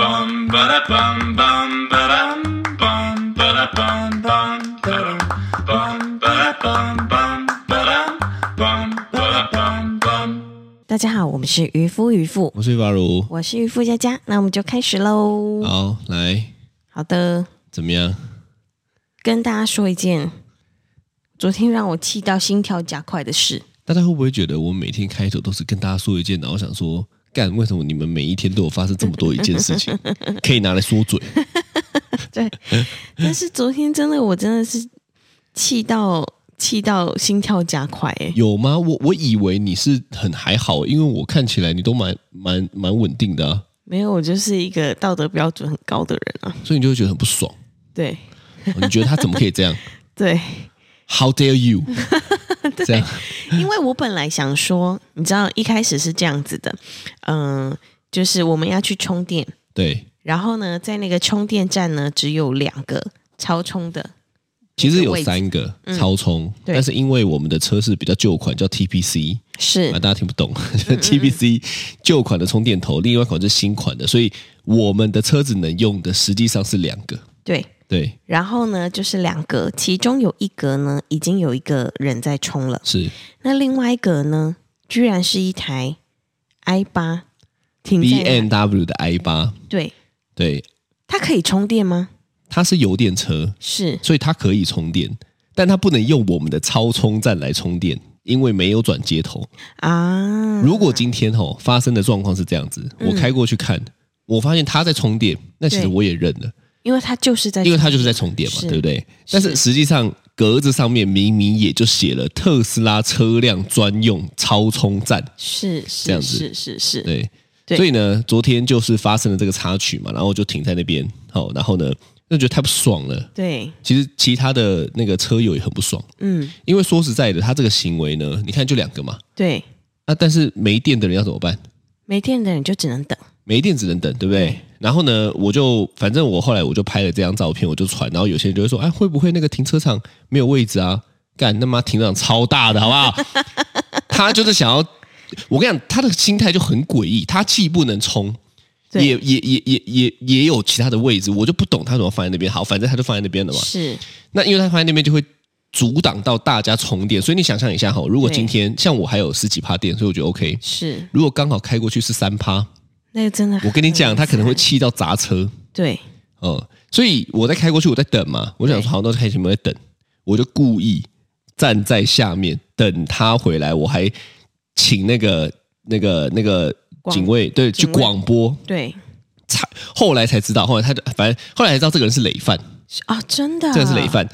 bum ba da bum bum ba dum bum ba da bum bum ba dum bum ba da bum bum ba dum bum ba da bum bum. 大家好，我们是渔夫渔妇，我是巴如，我是渔夫佳佳，那我们就开始喽。好，来，好的，怎么样？跟大家说一件昨天让我气到心跳加快的事。大家会不会觉得我每天开头都是跟大家说一件，然后想说，干，为什么你们每一天都有发生这么多一件事情，可以拿来说嘴？但是昨天真的，我真的是气到气到心跳加快、欸，有吗？我我以为你是很还好，因为我看起来你都蛮蛮蛮稳定的、啊，没有，我就是一个道德标准很高的人啊。所以你就会觉得很不爽。对哦你觉得他怎么可以这样对， ？How dare you？这样因为我本来想说，你知道一开始是这样子的，嗯、就是我们要去充电，对，然后呢，在那个充电站呢，只有两个超充的，其实有三个超充，对但是因为我们的车是比较旧款，叫 TPC，是啊，大家听不懂嗯，TBC 旧款的充电头，另外一款是新款的，所以我们的车子能用的实际上是两个，对。对，然后呢，就是两格，其中有一格呢已经有一个人在充了，是那另外一格呢，居然是一台 i 八停在 B 那 N W 的 i 八，对，对，它可以充电吗？它是油电车，是所以它可以充电，但它不能用我们的超充站来充电，因为没有转接头。啊，如果今天哦发生的状况是这样子，我开过去看，我发现它在充电，那其实嗯对我也认了。因为它就是在，因为它就是在充电嘛，是对不对？但是实际上格子上面明明也就写了特斯拉车辆专用超充站，是这是样子是是是，对，对所以呢，昨天就是发生了这个插曲嘛，然后我就停在那边，好、然后呢，就觉得太不爽了。对，其实其他的那个车友也很不爽，嗯，因为说实在的，他这个行为呢，你看就两个嘛，对，啊，但是没电的人要怎么办？没电的人就只能等，没电只能等，对不对？然后呢，我就反正我后来我就拍了这张照片，我就传，然后有些人就会说，哎，会不会那个停车场没有位置啊？干，他妈停车场超大的，好不好？ 他就是想要，我跟你讲，他的心态就很诡异，他既不能冲，对也也也也也也有其他的位置，我就不懂他怎么放在那边。好，反正他就放在那边了嘛。是那因为他放在那边就会阻挡到大家充电，所以你想象一下哈，如果对今天像我还有十几趴电，所以我觉得 OK。是，如果刚好开过去是三趴，那个真的很惨，我跟你讲，他可能会气到砸车，对，嗯，所以我在开过去，我在等嘛，我想说好，那就开前面在等，我就故意站在下面等他回来，我还请那个那个那个广警卫对去警卫广播，对，才后来才知道，后来他就反正后来才知道这个人是累犯，是啊，真的，这个人是累犯。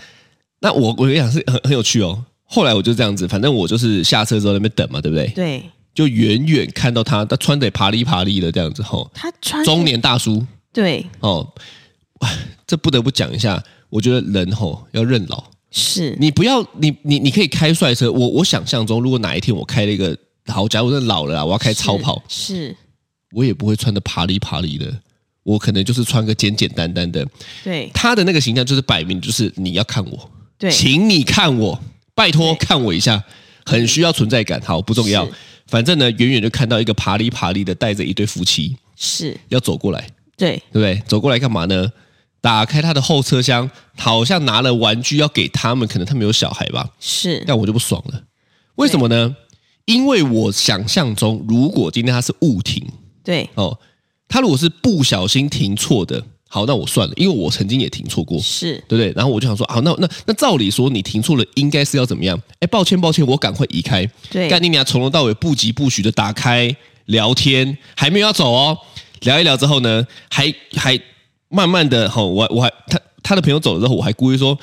那我我跟你讲是很很有趣哦。后来我就这样子，反正我就是下车之后在那边等嘛，对不对？对就远远看到他，他穿得爬哩爬哩的这样子吼、他穿中年大叔，对哦，唉这不得不讲一下，我觉得人吼、要认老，是，你不要你你你可以开帅车，我我想象中，如果哪一天我开了一个好，假如我真的老了啦，我要开超跑，是我也不会穿的爬里爬里的，我可能就是穿个简简单单的。是，对他的那个形象就是摆明就是你要看我，对请你看我，拜托对看我一下，很需要存在感。好，不重要是，反正呢，远远就看到一个爬里爬里的带着一对夫妻是，要走过来。对对不对？走过来干嘛呢？打开他的后车厢，好像拿了玩具要给他们，可能他们有小孩吧，是，但我就不爽了。为什么呢？因为我想象中，如果今天他是误停对哦，他如果是不小心停错的，好，那我算了，因为我曾经也停错过，是对不对？然后我就想说，好，那那那照理说你停错了，应该是要怎么样？哎，抱歉抱歉，我赶快移开。对干你娘，从头到尾不疾不徐的打开聊天，还没有要走哦。聊一聊之后呢，还还慢慢的吼、我我还他他的朋友走了之后，我还故意说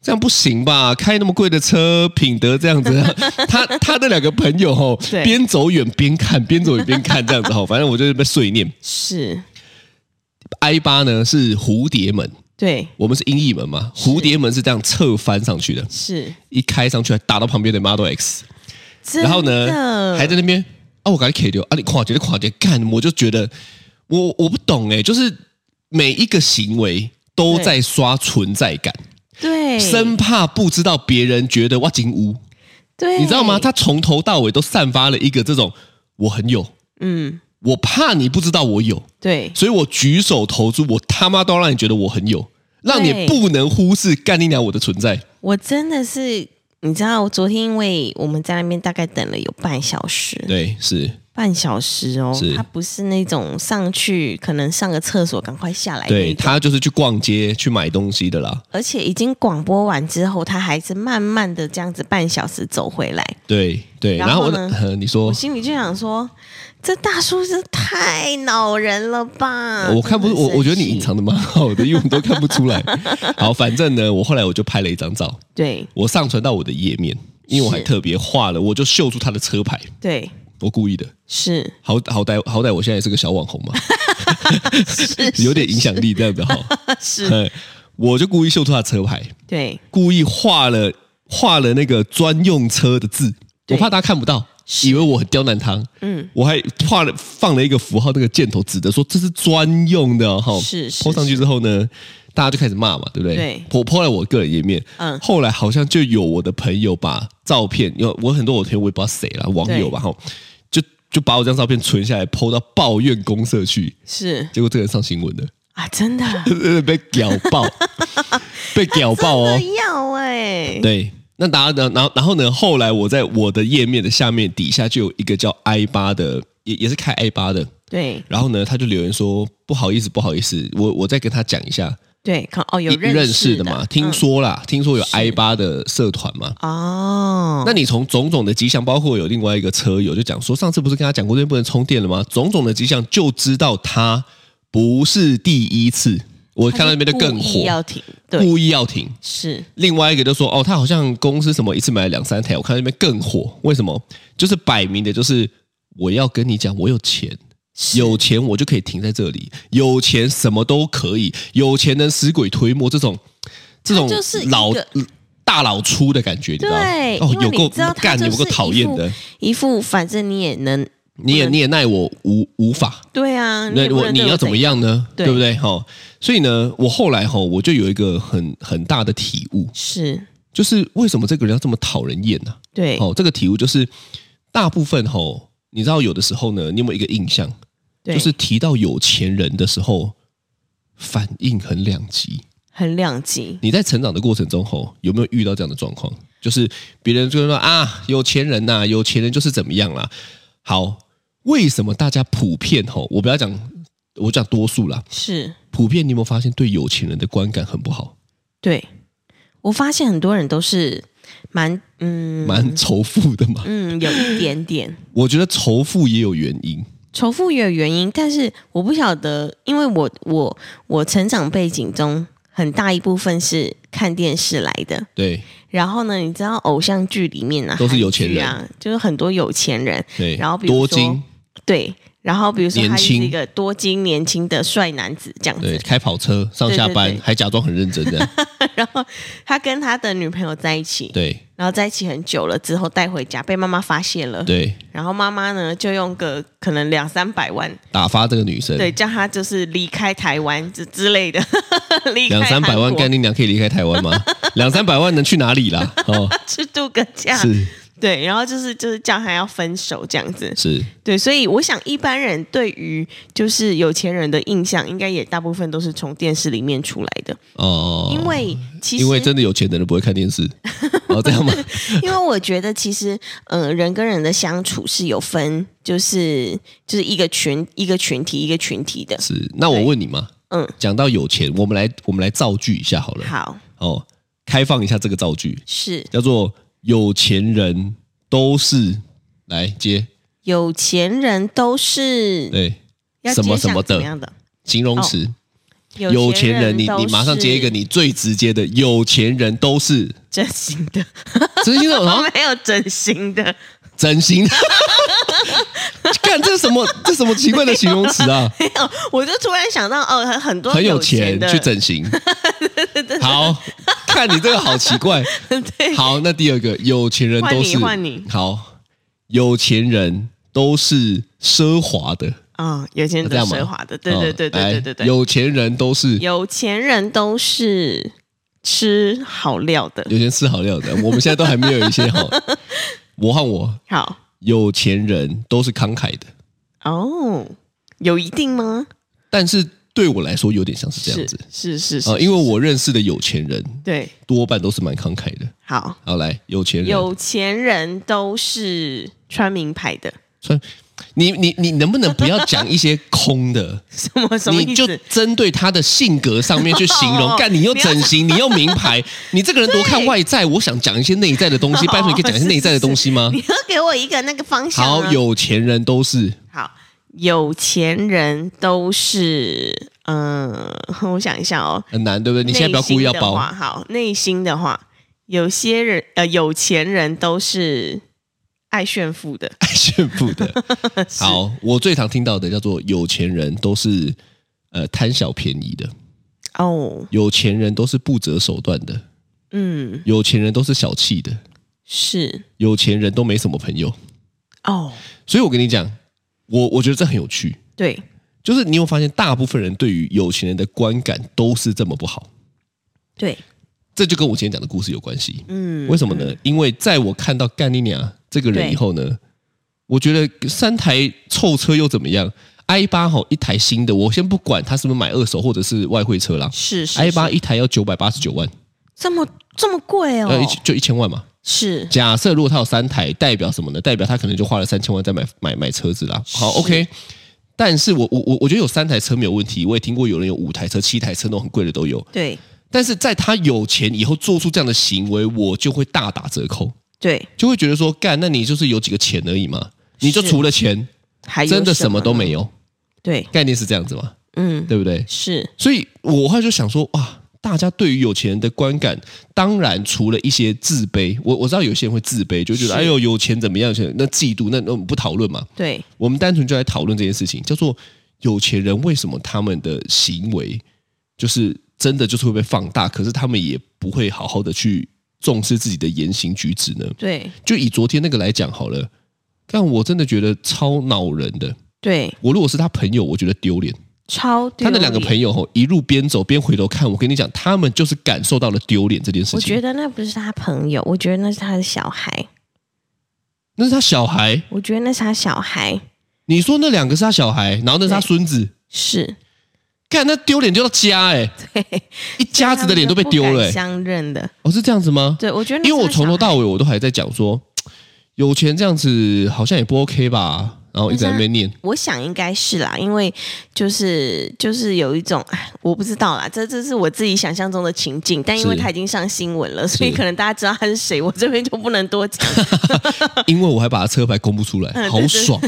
这样不行吧，开那么贵的车，品德这样子。 他他的两个朋友吼、对边走远边看，边走远边看这样子吼、反正我就是被碎念。是， i 八呢是蝴蝶门，对我们是音译门嘛，蝴蝶门是这样侧翻上去的，是，一开上去还打到旁边的 Model X。然后真呢，的还在那边啊，我赶紧 K 掉啊，你垮掉，垮掉，干，我就觉得我我不懂哎、就是每一个行为都对在刷存在感，对生怕不知道别人觉得哇哎金屋，对，你知道吗？他从头到尾都散发了一个这种我很有，嗯，我怕你不知道我有，对所以我举手投足，我他妈都要让你觉得我很有，让你对哎不能忽视干你娘我的存在。我真的是，你知道，我昨天因为我们在那边大概等了有半小时，对，是半小时哦是，他不是那种上去可能上个厕所赶快下来对那种，他就是去逛街去买东西的啦。而且已经广播完之后，他还是慢慢的这样子半小时走回来。对对，然然后后我呢呃你说我心里就想说，这大叔是太恼人了吧！我看不，啊真的我很我觉得你生气隐藏的蛮好的，因为我们都看不 出来。好，反正呢，我后来我就拍了一张照，对我上传到我的页面，因为我还是特别画了，我就秀出他的车牌，对我故意的。是好好歹好歹我现在也是个小网红 嘛，有点影响力这样子哈。是，嗯我就故意秀出他的车牌，对故意画了画了那个专用车的字，我对怕大家看不到，以为我很刁难他。嗯，我还画了放了一个符号，那个箭头指的说这是专用的哦哈、是是泼上去之后呢，大家就开始骂嘛，对不对？对泼泼在我个人页面。嗯后来好像就有我的朋友把照片，因为我很多我的朋友我也不知道谁了，网友吧哈，就就把我这张照片存下来，泼到抱怨公社去，是结果这个人上新闻了， 啊，真的被屌 爆，被屌爆哦，真的要哎、对，那大家呢？然后然后呢？后来我在我的页面的下面底下就有一个叫 i 八的，也也是开 i 八的。对然后呢，他就留言说：“不好意思，不好意思，我我再跟他讲一下，对，看哦，有你认识的嘛？听说啦，听说有 i 八的社团嘛。嗯哦，那你从种种的迹象，包括有另外一个车友就讲说，上次不是跟他讲过这边不能充电了吗？种种的迹象就知道他不是第一次。我他看到那是边就更故意火，要停，对，故意要停。是另外一个就说，哦，他好像公司什么一次买了两三台，我看到那边更火，为什么？就是摆明的，就是我要跟你讲，我有钱，是有钱我就可以停在这里，有钱什么都可以，有钱能使鬼推磨，这种这种就是一个老大老粗的感觉，你知道吗？对哦因，为有够你知道他干，就是有够讨厌的，一副反正你也能，你也你也奈我无无法，对啊，那也不我能你对要怎么样呢？对对不对？哈、所以呢，我后来哈、我就有一个很很大的体悟，是就是为什么这个人要这么讨人厌呢、对哦，这个体悟就是大部分吼、你知道有的时候呢，你有没有一个印象，对，就是提到有钱人的时候，反应很两极。很两极，你在成长的过程中吼、有没有遇到这样的状况？就是别人就会说啊，有钱人呐、有钱人就是怎么样啦、好，为什么大家普遍吼、我不要讲，我讲多数啦，是普遍你有没有发现对有钱人的观感很不好，对。我发现很多人都是蛮嗯蛮仇富的嘛？嗯有一点点我觉得仇富也有原因，仇富也有原因，但是我不晓得，因为我我我成长背景中很大一部分是看电视来的，对然后呢，你知道偶像剧里面啊，都是有钱人韩剧啊，就是很多有钱人，对，然后比如多说金。对。然后比如说他就年是轻一个多金年轻的帅男子这样对，子，开跑车上下班对对对还假装很认真的， 然后他跟他的女朋友在一起，对然后在一起很久了之后带回家，被妈妈发现了，对，然后妈妈呢就用个可能两三百万，打发这个女生，对，叫他就是离开台湾之之类的， 离开两三百韩万国干你娘可以离开台 湾吗？两三百万能去哪里啦？哦，去度个假，是对，然后就是就是叫他要分手这样子，是，对，所以我想一般人对于就是有钱人的印象，应该也大部分都是从电视里面出来的，哦，因为其实因为真的有钱的人不会看 电视，哦这样吗？因为我觉得其实呃人跟人的相处是有分，就是就是一个群一个群体一个群体的，是，那我问你嘛，嗯，讲到有钱，我们来我们来造句一下好了，好哦，开放一下这个造句，是叫做有钱人都是来接有钱人都是对要什么接什么想怎的么样的形容词。有哦有钱人，你都你马上接一个是你最直接的，有钱人都是整形 的，哦真心的，然后没有整形的， 整形， 看这是什么这什么奇怪的形容词 啊？没有，我就突然想到哦，很很多很有钱钱的去整形，好看你这个好奇怪。 对好，那第二个有钱人都换是你换你好，有钱人都是奢华的，啊、有钱人这都样吗奢华的，对对对对哦对对来对，有钱人都是有钱人都是吃好料的。有钱吃好料的，我们现在都还没有一些好。我换我，好有钱人都是慷慨的。哦，有一定吗？但是对我来说有点像是这样子是是是啊、呃因为我认识的有钱人对多半都是蛮慷慨的。好，好，来，有钱人有钱人都是穿名牌的，穿，你你你能不能不要讲一些 空的？什么什么你意就思？针对他的性格上面去形容， 哦干你又不要整形，你又名 牌，你这个人多看外在。我想讲一些内在的东西，拜托你可以讲一些内在的东西吗？你要给哦我一个那个方向啊。呃好，有钱人都是好，有钱人都是，嗯、我想一下哦。很难，对不对？你现在不要故意要包内心的话，好，内心的话，有些人呃，有钱人都是爱炫富 的， 爱炫富 的。好，我最常听到的叫做有钱人都是呃贪小便宜的，哦，有钱人都是不择手段的，嗯，有钱人都是小气的，是有钱人都没什么朋友。哦，所以我跟你讲，我我觉得这很有趣，对，就是你有发现大部分人对于有钱人的观感都是这么不好，对，这就跟我今天讲的故事有关系。嗯，为什么呢？因为在我看到干尼亚这个人对以后呢，我觉得三台臭车又怎么样？i 八吼一台新的，我先不管他是不是买二手或者是外汇车啦是是，i 是八一台要九百八十九万，这么这么贵哦，呃，一就一千万嘛。是假设如果他有三台，代表什么呢？代表他可能就花了三千万在买买买车子啦。好是，OK。但是我我我我觉得有三台车没有问题，我也听过有人有五台车、七台车那种很贵的都有。对但是在他有钱以后做出这样的行为，我就会大打折扣，对，就会觉得说，干，那你就是有几个钱而已嘛，你就是除了钱，还有真的什么都没有，有。对，概念是这样子嘛，嗯，对不对？是所以我后来就想说，哇，大家对于有钱人的观感，当然除了一些自卑，我我知道有些人会自卑，就觉是得哎呦有钱怎么样，有钱那嫉妒，那那我们不讨论嘛，对，我们单纯就来讨论这件事情，叫做有钱人为什么他们的行为就是真的就是会被放大，可是他们也不会好好的去重视自己的言行举止呢？对就以昨天那个来讲好了，但我真的觉得超恼人的。对，我如果是他朋友，我觉得丢脸。超丢他的两个脸朋友吼，一路边走边回头看，我跟你讲，他们就是感受到了丢脸这件事我情觉。得那不是他朋友，我觉得那是他的小孩，那是他小孩，我觉得那是他小孩，你说那两个是他小孩，然后那是他孙子，是干那丢脸丢到家哎、一家子的脸都被丢了、啊他们都不敢欸，相认的。哦是这样子吗？对，我觉得那因为我是他小从头到孩尾我都还在讲说，有钱这样子好像也不 OK 吧，然后一直在那边念，我想应该是啦，因为就是就是有一种，哎，我不知道啦，这这是我自己想象中的情境，但因为是他已经上新闻了，所以是可能大家知道他是谁，我这边就不能多 讲。因为我还把他车牌公布出来，嗯好对对爽，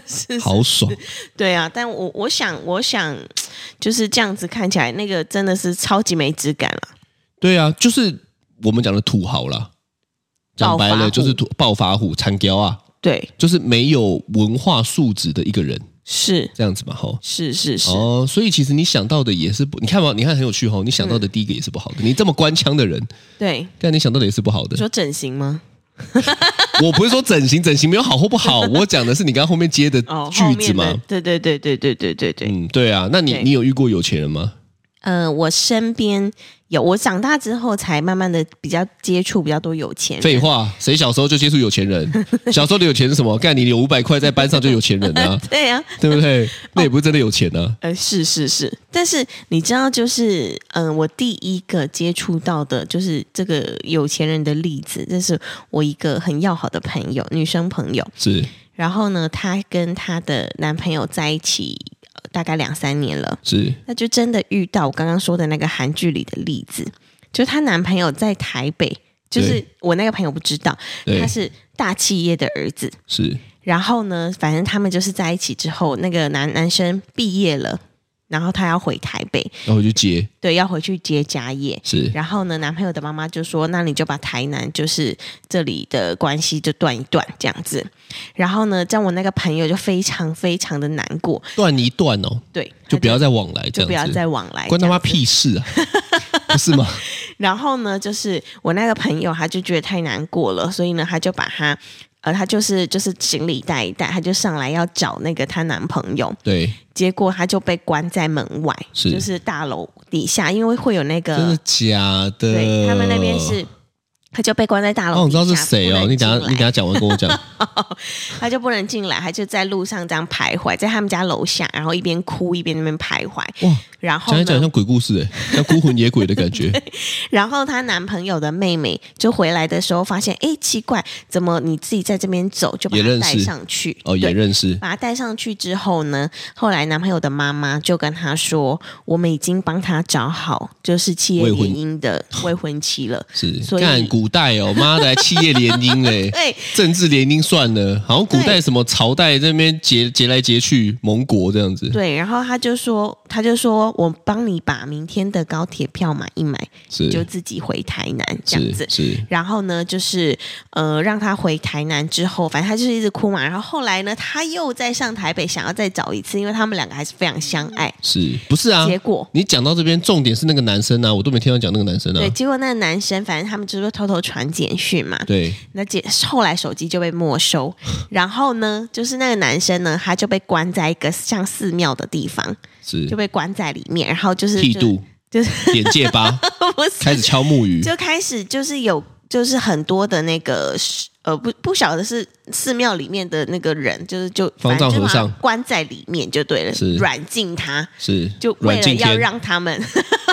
是好爽，对啊，但我我想我想就是这样子看起来，那个真的是超级没质感了。对啊，就是我们讲的土豪啦，讲白暴发了户就是土暴发户、残雕啊。对，就是没有文化素质的一个人，是这样子嘛，吼。是是是，哦，所以其实你想到的也是不，你看嘛，你看很有趣吼，你想嗯到的第一个也是不好的。你这么官腔 的人，对。但你想到的也是不好的你。说整形吗？我不是说整形，整形没有好或不 好，我讲的是你刚刚后面接的哦，后句子面的嘛。对对对对对对对对。嗯，对啊。那你对你有遇过有钱人吗？呃，我身边有，我长大之后才慢慢的比较接触比较多有钱人。，废话，谁小时候就接触有钱人？小时候的有钱是什么？干你有五百块在班上就有钱人啊 对啊，对不对？那也不是真的有钱啊。呃，是是是，但是你知道，就是嗯、呃我第一个接触到的就是这个有钱人的例子，这是我一个很要好的朋友，女生朋友。是然后呢，她跟她的男朋友在一起、呃大概两三年了，是，那就真的遇到我刚刚说的那个韩剧里的例子，就她男朋友在台北，就是对我那个朋友不知道，对他是大企业的儿子。是然后呢，反正他们就是在一起之后，那个男男生毕业了，然后他要回台北，然后我就接对，要回去接家业。是然后呢，男朋友的妈妈就说：“那你就把台南就是这里的关系就断一断，这样子。”然后呢，像我那个朋友就非常非常的难过，断一断哦。对，就不要再再往来这就样不要子，再往来，关他这妈样子屁 事啊，不是吗？然后呢，就是我那个朋友，他就觉得太难过了，所以呢，他就把他，呃，他就是就是行李带一带，他就上来要找那个她男朋友，对，结果他就被关在门外，是就是大楼底下，因为会有那真的个，假的？对他们那边是他就被关在大楼。呃哦，你知道是谁哦？你等下，你等下，下讲完跟我 讲。他就不能进来，他就在路上这样徘徊，在他们家楼下，然后一边哭一边那边徘徊。哇，然后讲一讲呢，像鬼故事哎、像孤魂野鬼的 感觉。然后她男朋友的妹妹就回来的时候发现，哎，奇怪，怎么你自己在这边走，就把也她认带识上去。哦，也对认识把他带上去之后呢，后来男朋友的妈妈就跟他说：“我们已经帮他找好，就是企业未婚联姻 的未婚妻了。是所以干古代哦，妈的，还企业联姻 嘞、对，政治联姻算了，好像古代对什么朝代这边结结来结去，盟国这样子。对，然后他就说，他就说我帮你把明天的高铁票买一买，是就自己回台南这样是子。是，然后呢，就是呃，让他回台南之后，反正他就是一直哭嘛。然后后来呢，他又再上台北，想要再找一次，因为他们两个还是非常相爱。是不是啊？结果你讲到这边，重点是那个男生啊，我都没听到讲那个男生啊对，。结果那个男生，反正他们就是偷偷传简讯嘛，对，那姐后来手机就被没 收，然后呢，就是那个男生呢，他就被关在一个像寺庙的地方，是就被关在里面，然后就是剃度，就是眼界疤， 不是开始敲木鱼。就开始就是有就是很多的那个是呃不不晓得是寺庙里面的那个人，就是就方反正丈就和把他尚关在里面就对了是，软禁他，是就为阮了经要天，让他们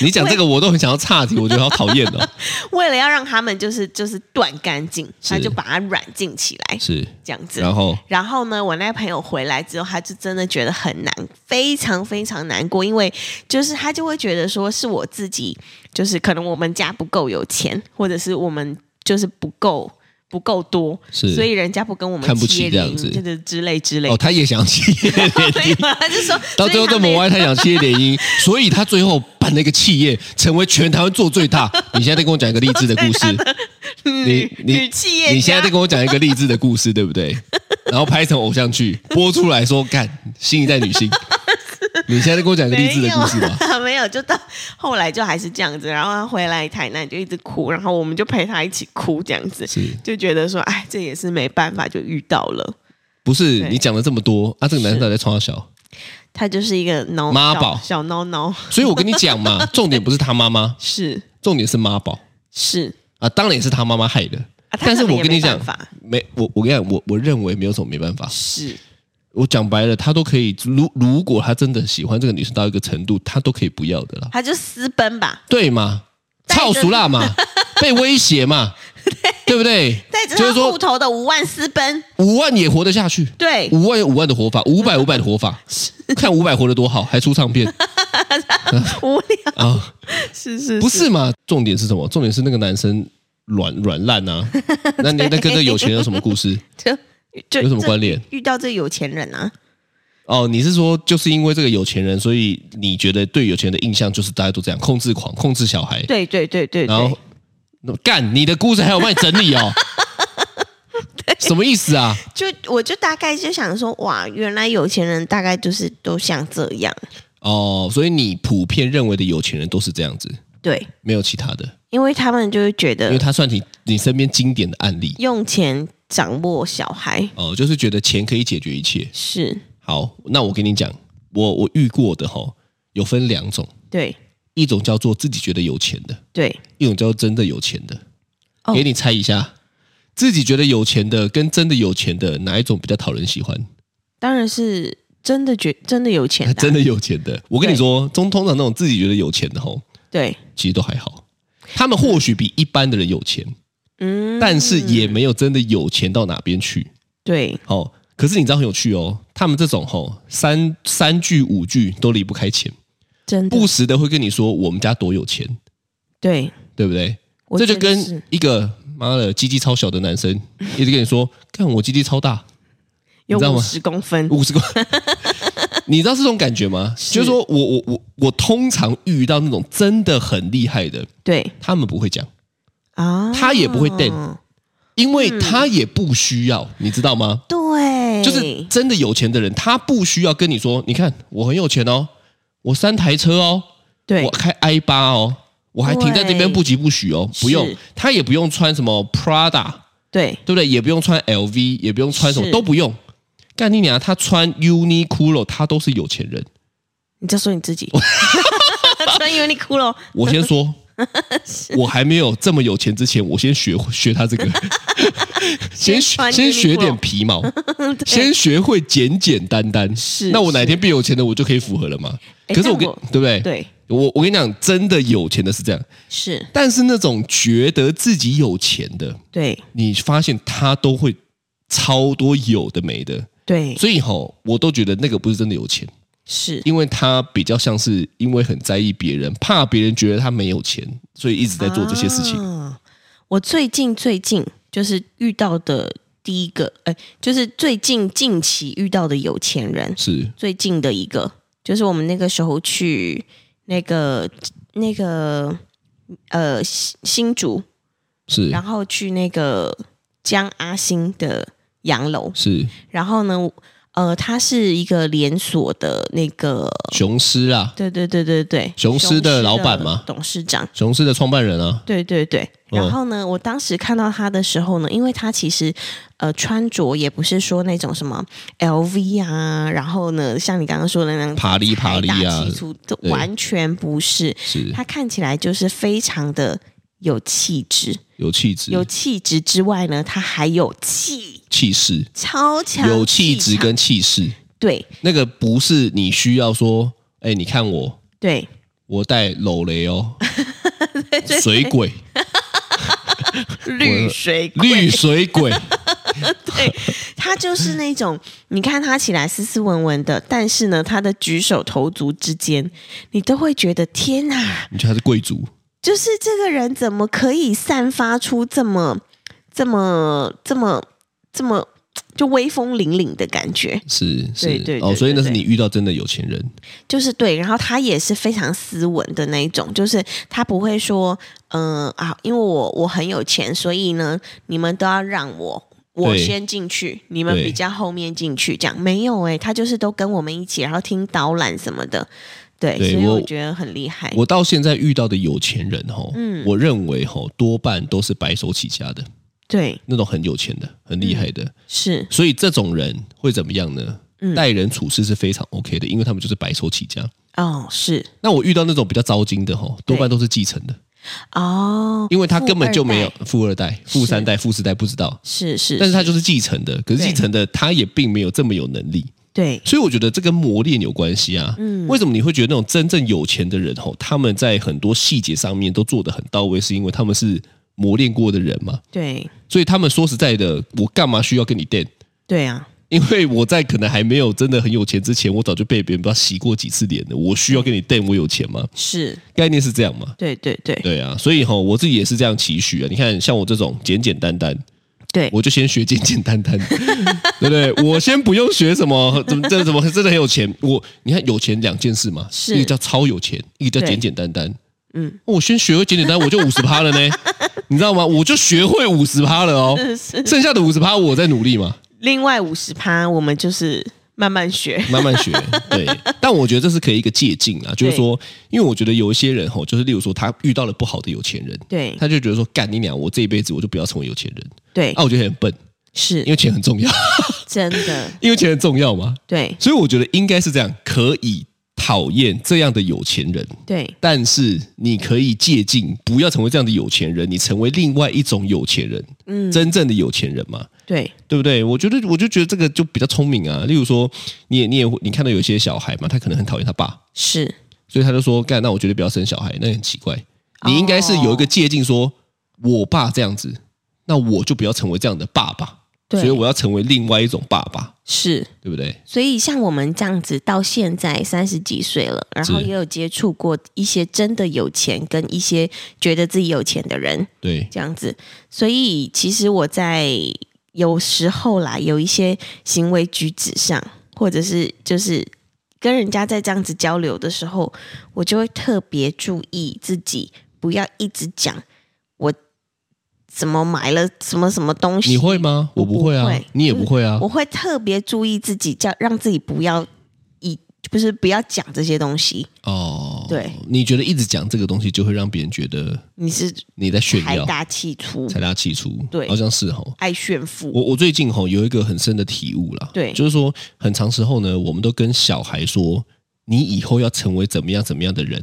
你讲这个我都很想要岔题，我觉得好讨厌哦。为了要让他们就是就是断干净，他是就把他软禁起来是， 这样子，然后然后呢，我那朋友回来之后，他就真的觉得很难，非常非常难过，因为就是他就会觉得说是我自己，就是可能我们家不够有钱，或者是我们就是不够不够多，是所以人家不跟我们看不企业起这联样姻，子就是之类之类哦，的。他也想企业联姻，对嘛？他就说，到最后这么歪，他想企业联 姻，所以他最后办了一个企业，成为全台湾做最大。你现在在跟我讲一个励志的故 事，女你嗯女企业家，你现在在跟我讲一个励志的故事，对不 对？然后拍成偶像剧播出来说，干新一代 女星。你现在在跟我讲一个励志的故事吧？没 有，没有，就到后来就还是这样子。然后他回来台南就一直哭，然后我们就陪他一起哭，这样子是就觉得说，哎，这也是没办法，就遇到了。不是对你讲了这么多啊？这个男生到底在创小？他就是一个孬妈小宝小孬孬，所以我跟你讲 嘛，重点不是他妈妈，是重点是妈宝是啊！当然也是他妈妈害的，啊，他但是可能也我跟没你讲办，法没我我跟你讲，我我认为没有什么没办法。是我讲白了，他都可以。如如果他真的喜欢这个女生到一个程度，他都可以不要的啦，他就私奔吧，对吗？带着操熟 辣嘛，被威胁嘛，对不对？带着就是他说户头的五万私奔，五万也活得下去，对，五万有五万的 活法，五百有五百的活法，看五百活得多好，还出 唱片无聊，啊？是是不是嘛？重点是什么？重点是那个男生软软烂啊。 那你那跟这有钱人有什么故事？就就有什么关就联？遇到这有钱人啊，哦，你是说就是因为这个有钱人，所以你觉得对有钱人的印象就是大家都这样，控制狂，控制小孩，对对对对然后对，那干你的故事还有帮你整 理哦，什么意思啊？就我就大概就想说，哇，原来有钱人大概就是都像这样，哦，所以你普遍认为的有钱人都是这样子，对，没有其他的，因为他们就会觉因为得他算你你身边经典的案例用钱掌握小孩哦，就是觉得钱可以解决一切。是好，那我跟你讲，我我遇过的哈、有分两种，对一种叫做自己觉得有钱的，对，一种叫做真的有钱的。哦给你猜一下，自己觉得有钱的跟真的有钱的哪一种比较讨人喜欢？当然是真的觉真的有钱的啊、真的有钱的，我跟你说，中通常那种自己觉得有钱的吼，对，其实都还好。他们或许比一般的人有钱，嗯，但是也没有真的有钱到哪边去。对，哦，可是你知道很有趣哦，他们这种吼、三三句五句都离不开钱，真的不时的会跟你说我们家多有钱，对，对不对？我这就觉得是跟一个妈的鸡鸡超小的 男生一直跟你说，看我鸡鸡超大，有你知道五吗十公分，五 十个，你知道是这种感觉吗？就是说我我我我通常遇到那种真的很厉害的，对他们不会讲，啊，他也不会瞪因为他也不需要，你知道吗？对，就是真的有钱的人，他不需要跟你说，你看我很有钱哦，我三台车哦，对我开 i 八哦，我还停在这边对不疾不徐哦，不用是，他也不用穿什么 Prada，对对不对？也不用穿 LV，也不用穿什么，是都不用。干你娘！他穿 Uniqlo，他都是有钱人。 你在说你自己，穿 Uniqlo， 我先说，我还没有这么有钱之前，我先学学他这 个，先穿先学 Uniqlo 点 皮毛，先学会简简单单。是那我哪天变有钱了，我就可以符合了嘛？诶可是我但跟我对不对？，对，我我跟你讲，真的有钱的是这样，是，但是那种觉得自己有钱的，对，你发现他都会超多有的没的，对，所以吼，我都觉得那个不是真的有钱，是，因为他比较像是因为很在意别人，怕别人觉得他没有钱，所以一直在做这些事情。啊我最近最近就是遇到的第一个，哎、就是最近近期遇到的有钱人，是最近的一个，就是我们那个时候去那个那个呃新新竹，是然后去那个江阿星的洋楼，是，然后呢，呃，它是一个连锁的那个，雄狮啊，对对对对对，雄狮的老板吗董事长，雄狮的创办人啊，对对对。嗯然后呢，我当时看到他的时候呢，因为他其实呃穿着也不是说那种什么 LV 啊，然后呢，像你刚刚说的那样爬哩爬哩啊财大气粗，这对完全不是。是他看起来就是非常的有气质，有气质、有气质之外呢，他还有气，气势、超强有气质场跟气势，对那个不是你需要说，哎，你看我，对我带篓雷哦， 水鬼、绿 水绿水鬼，对，他就是那种，你看他起来斯斯文文的，但是呢，他的举手投足之间，你都会觉得天哪，你觉得他是贵族？就是这个人怎么可以散发出这么、这么、这么、这么就威风凛凛的感觉？是是对对哦，对所以那是对你遇到真的有钱人，就是对，然后他也是非常斯文的那一种，就是他不会说，嗯、啊，因为我我很有钱，所以呢，你们都要让我。我对先进去，你们对比较后面进去，这样没有诶、欸他就是都跟我们一起，然后听导览什么的，对，对所以我我觉得很厉害。我到现在遇到的有钱人吼，我认为吼多半都是白手起家的对，那种很有钱的、很厉害的，是所以这种人会怎么样呢？待人处事是非常 OK 的，因为他们就是白手起家。哦，是那我遇到那种比较糟心的吼，多半都是继承的，哦，因为他根本就没有富富二代、富三代、富四代不知道，是是，但是他就是继承的。可是继承的他也并没有这么有能力，对所以我觉得这跟磨练有关系啊。为什么你会觉得那种真正有钱的人吼，他们在很多细节上面都做得很到位，是因为他们是磨练过的人嘛？对所以他们说实在的，我干嘛需要跟你垫？对啊，因为我在可能还没有真的很有钱之前，我早就被别人不知道洗过几次脸了。我需要跟你垫我有钱吗？是，概念是这样嘛？对对对对啊，所以吼、我自己也是这样期许啊。你看，像我这种简简单单，对，我就先学简简单单， 对不对？我先不用学什么，怎么这怎么真的很有钱？我你看有钱两件事嘛，是一个叫超有钱，一个叫对简简单单。嗯嗯，我先学会简简单，我就五十趴了呢，你知道吗？我就学会五十趴 了哦，剩下的五十趴我在努力嘛，另外五十趴我们就是慢慢学，慢慢学。对，但我觉得这是可以一个借鉴啊，就是说，因为我觉得有一些人吼，就是例如说他遇到了不好的有钱人，对他就觉得说，干你娘，我这一辈子我就不要成为有钱人对啊，我觉得很笨，是因为钱很重要，真 的，因为钱很重要嘛。对所以我觉得应该是这样，可以讨厌这样的有钱人，对但是你可以借鉴，不要成为这样的有钱人，你成为另外一种有钱人，嗯，真正的有钱人嘛，对对不对？我觉得，我就觉得这个就比较聪明啊。例如说，你也你也会你看到有些小孩嘛，他可能很讨厌他爸，是，所以他就说：“干，那我绝对不要生小孩。”那很奇怪，你应该是有一个借鉴说，我爸这样子，那我就不要成为这样的爸爸，对所以我要成为另外一种爸爸，是。对不对？所以像我们这样子到现在三十几岁了，然后是也有接触过一些真的有钱跟一些觉得自己有钱的人，对，这样子。所以其实我在有时候啦，有一些行为举止上，或者是就是跟人家在这样子交流的时候，我就会特别注意自己，不要一直讲我怎么买了什么什么东西。你会吗？我我不会啊，不会你也不会啊我。会特别注意自己，叫让自己不要以不是不要讲这些东西。哦，对，你觉得一直讲这个东西，就会让别人觉得你是你在炫财耀，大气粗，财大气粗，对好像是吼。爱炫富。我我最近吼哦有一个很深的体悟啦，对就是说很长时候呢，我们都跟小孩说，你以后要成为怎么样怎么样的人，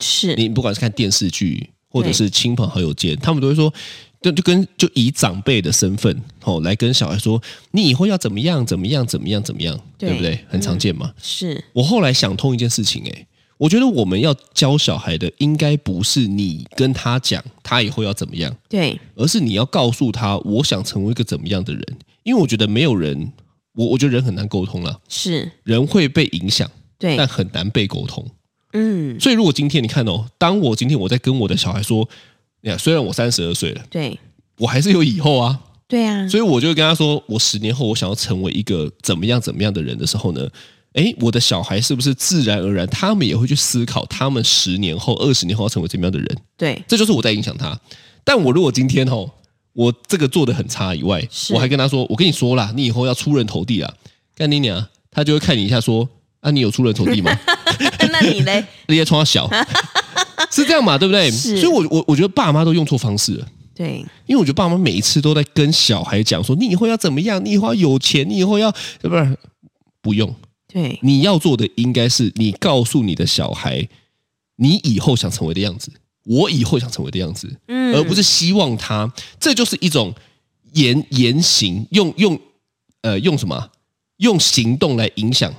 是你不管是看电视剧，或者是亲朋好友间，他们都会说，就就跟就以长辈的身份哦来跟小孩说，你以后要怎么样怎么样怎么样怎么样，对对不对？很常见嘛。是我后来想通一件事情、欸，我觉得我们要教小孩的，应该不是你跟他讲他以后要怎么样，对，而是你要告诉他，我想成为一个怎么样的人。因为我觉得没有人，我我觉得人很难沟通了，是，人会被影响，对但，很难被沟通。嗯，所以如果今天你看哦，当我今天我在跟我的小孩说，呀，虽然我三十二岁了，对，我还是有以后啊，对啊，所以我就跟他说，我十年后我想要成为一个怎么样怎么样的人的时候呢，诶，我的小孩是不是自然而然他们也会去思考，他们十年后、二十年后要成为怎么样的人？对，这就是我在影响他。但我如果今天哦，我这个做的很差以外，是我还跟他说，我跟你说啦，你以后要出人头地啦，啊干你娘，他就会看你一下说，啊，你有出人头 地吗？那你嘞？那些窗小， 是这样嘛？对不对？所是以我，我我觉得爸妈都用错方式了。对，因为我觉得爸妈每一次都在跟小孩讲说，你以后要怎么样，你以后要有钱，你以后要不是不用，对，你要做的应该是你告诉你的小孩，你以后想成为的样子，我以后想成为的样子，嗯，而不是希望他，这就是一种言言行，用用呃用什么啊用行动来影响。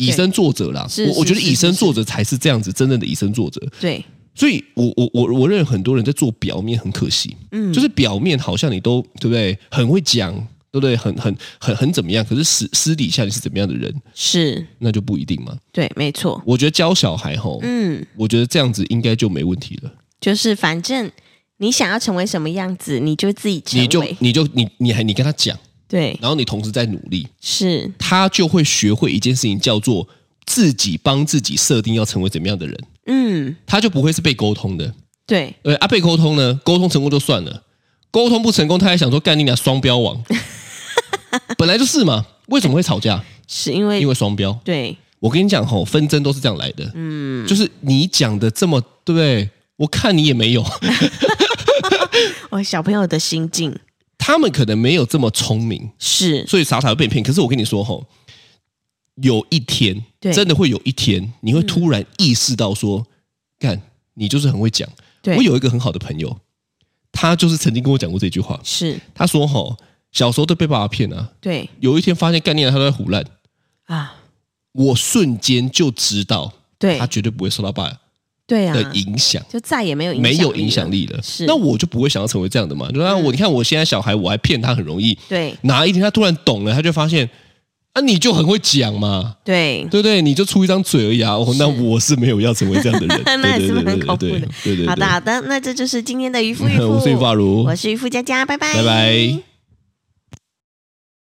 以身作则啦，是我我觉得是是以身是是作则才是这样子，真正的以身作则。嗯对，所以我我我我认为很多人在做表面很可惜，嗯，就是表面好像你都对不对，很会讲，对不对，很很很很怎么样，可是私私底下你是怎么样的人，是，那就不一定嘛。对，没错，我觉得教小孩吼，嗯，我觉得这样子应该就没问题了。就是反正你想要成为什么样子，你就自己成为，你就你就你你还你跟他讲，对，然后你同时在努力，是，他就会学会一件事情，叫做自己帮自己设定要成为怎么样的人，嗯，他就不会是被沟通的。对，呃，啊，被沟通呢，沟通成功就算了，沟通不成功，他还想说干你俩双标王， 本来就是嘛，为什么会吵架？是因为因为双标。对，我跟你讲吼，纷争都是这样来的，嗯，就是你讲的这么对不对？我看你也没有， 我小朋友的心境他们可能没有这么聪明，是，所以傻傻的被骗。可是我跟你说吼，有一天，对嗯真的会有一天，你会突然意识到说，干，你就是很会讲。对，我有一个很好的朋友，他就是曾经跟我讲过这句话，是，他说吼，小时候都被爸爸骗啊，对有一天发现概念他都在胡乱，啊，我瞬间就知道对他，绝对不会受到爸对啊，的影响。就再也没有影响没力有影响了，力了，是嗯那我就不会想要成为这样的嘛。那啊我你看，我现在小孩，我还骗他很容易，对，哪一天他突然懂了，他就发现啊，你就很会讲嘛，对，对不对？你就出一张嘴而已啊。哦，那我是没有要成为这样的人， 那也是蛮恐怖对对对对对对的。对对。 好的，好的，那这就是今天的渔夫渔我是夫，玉发如，我是渔夫佳佳，拜拜，拜拜。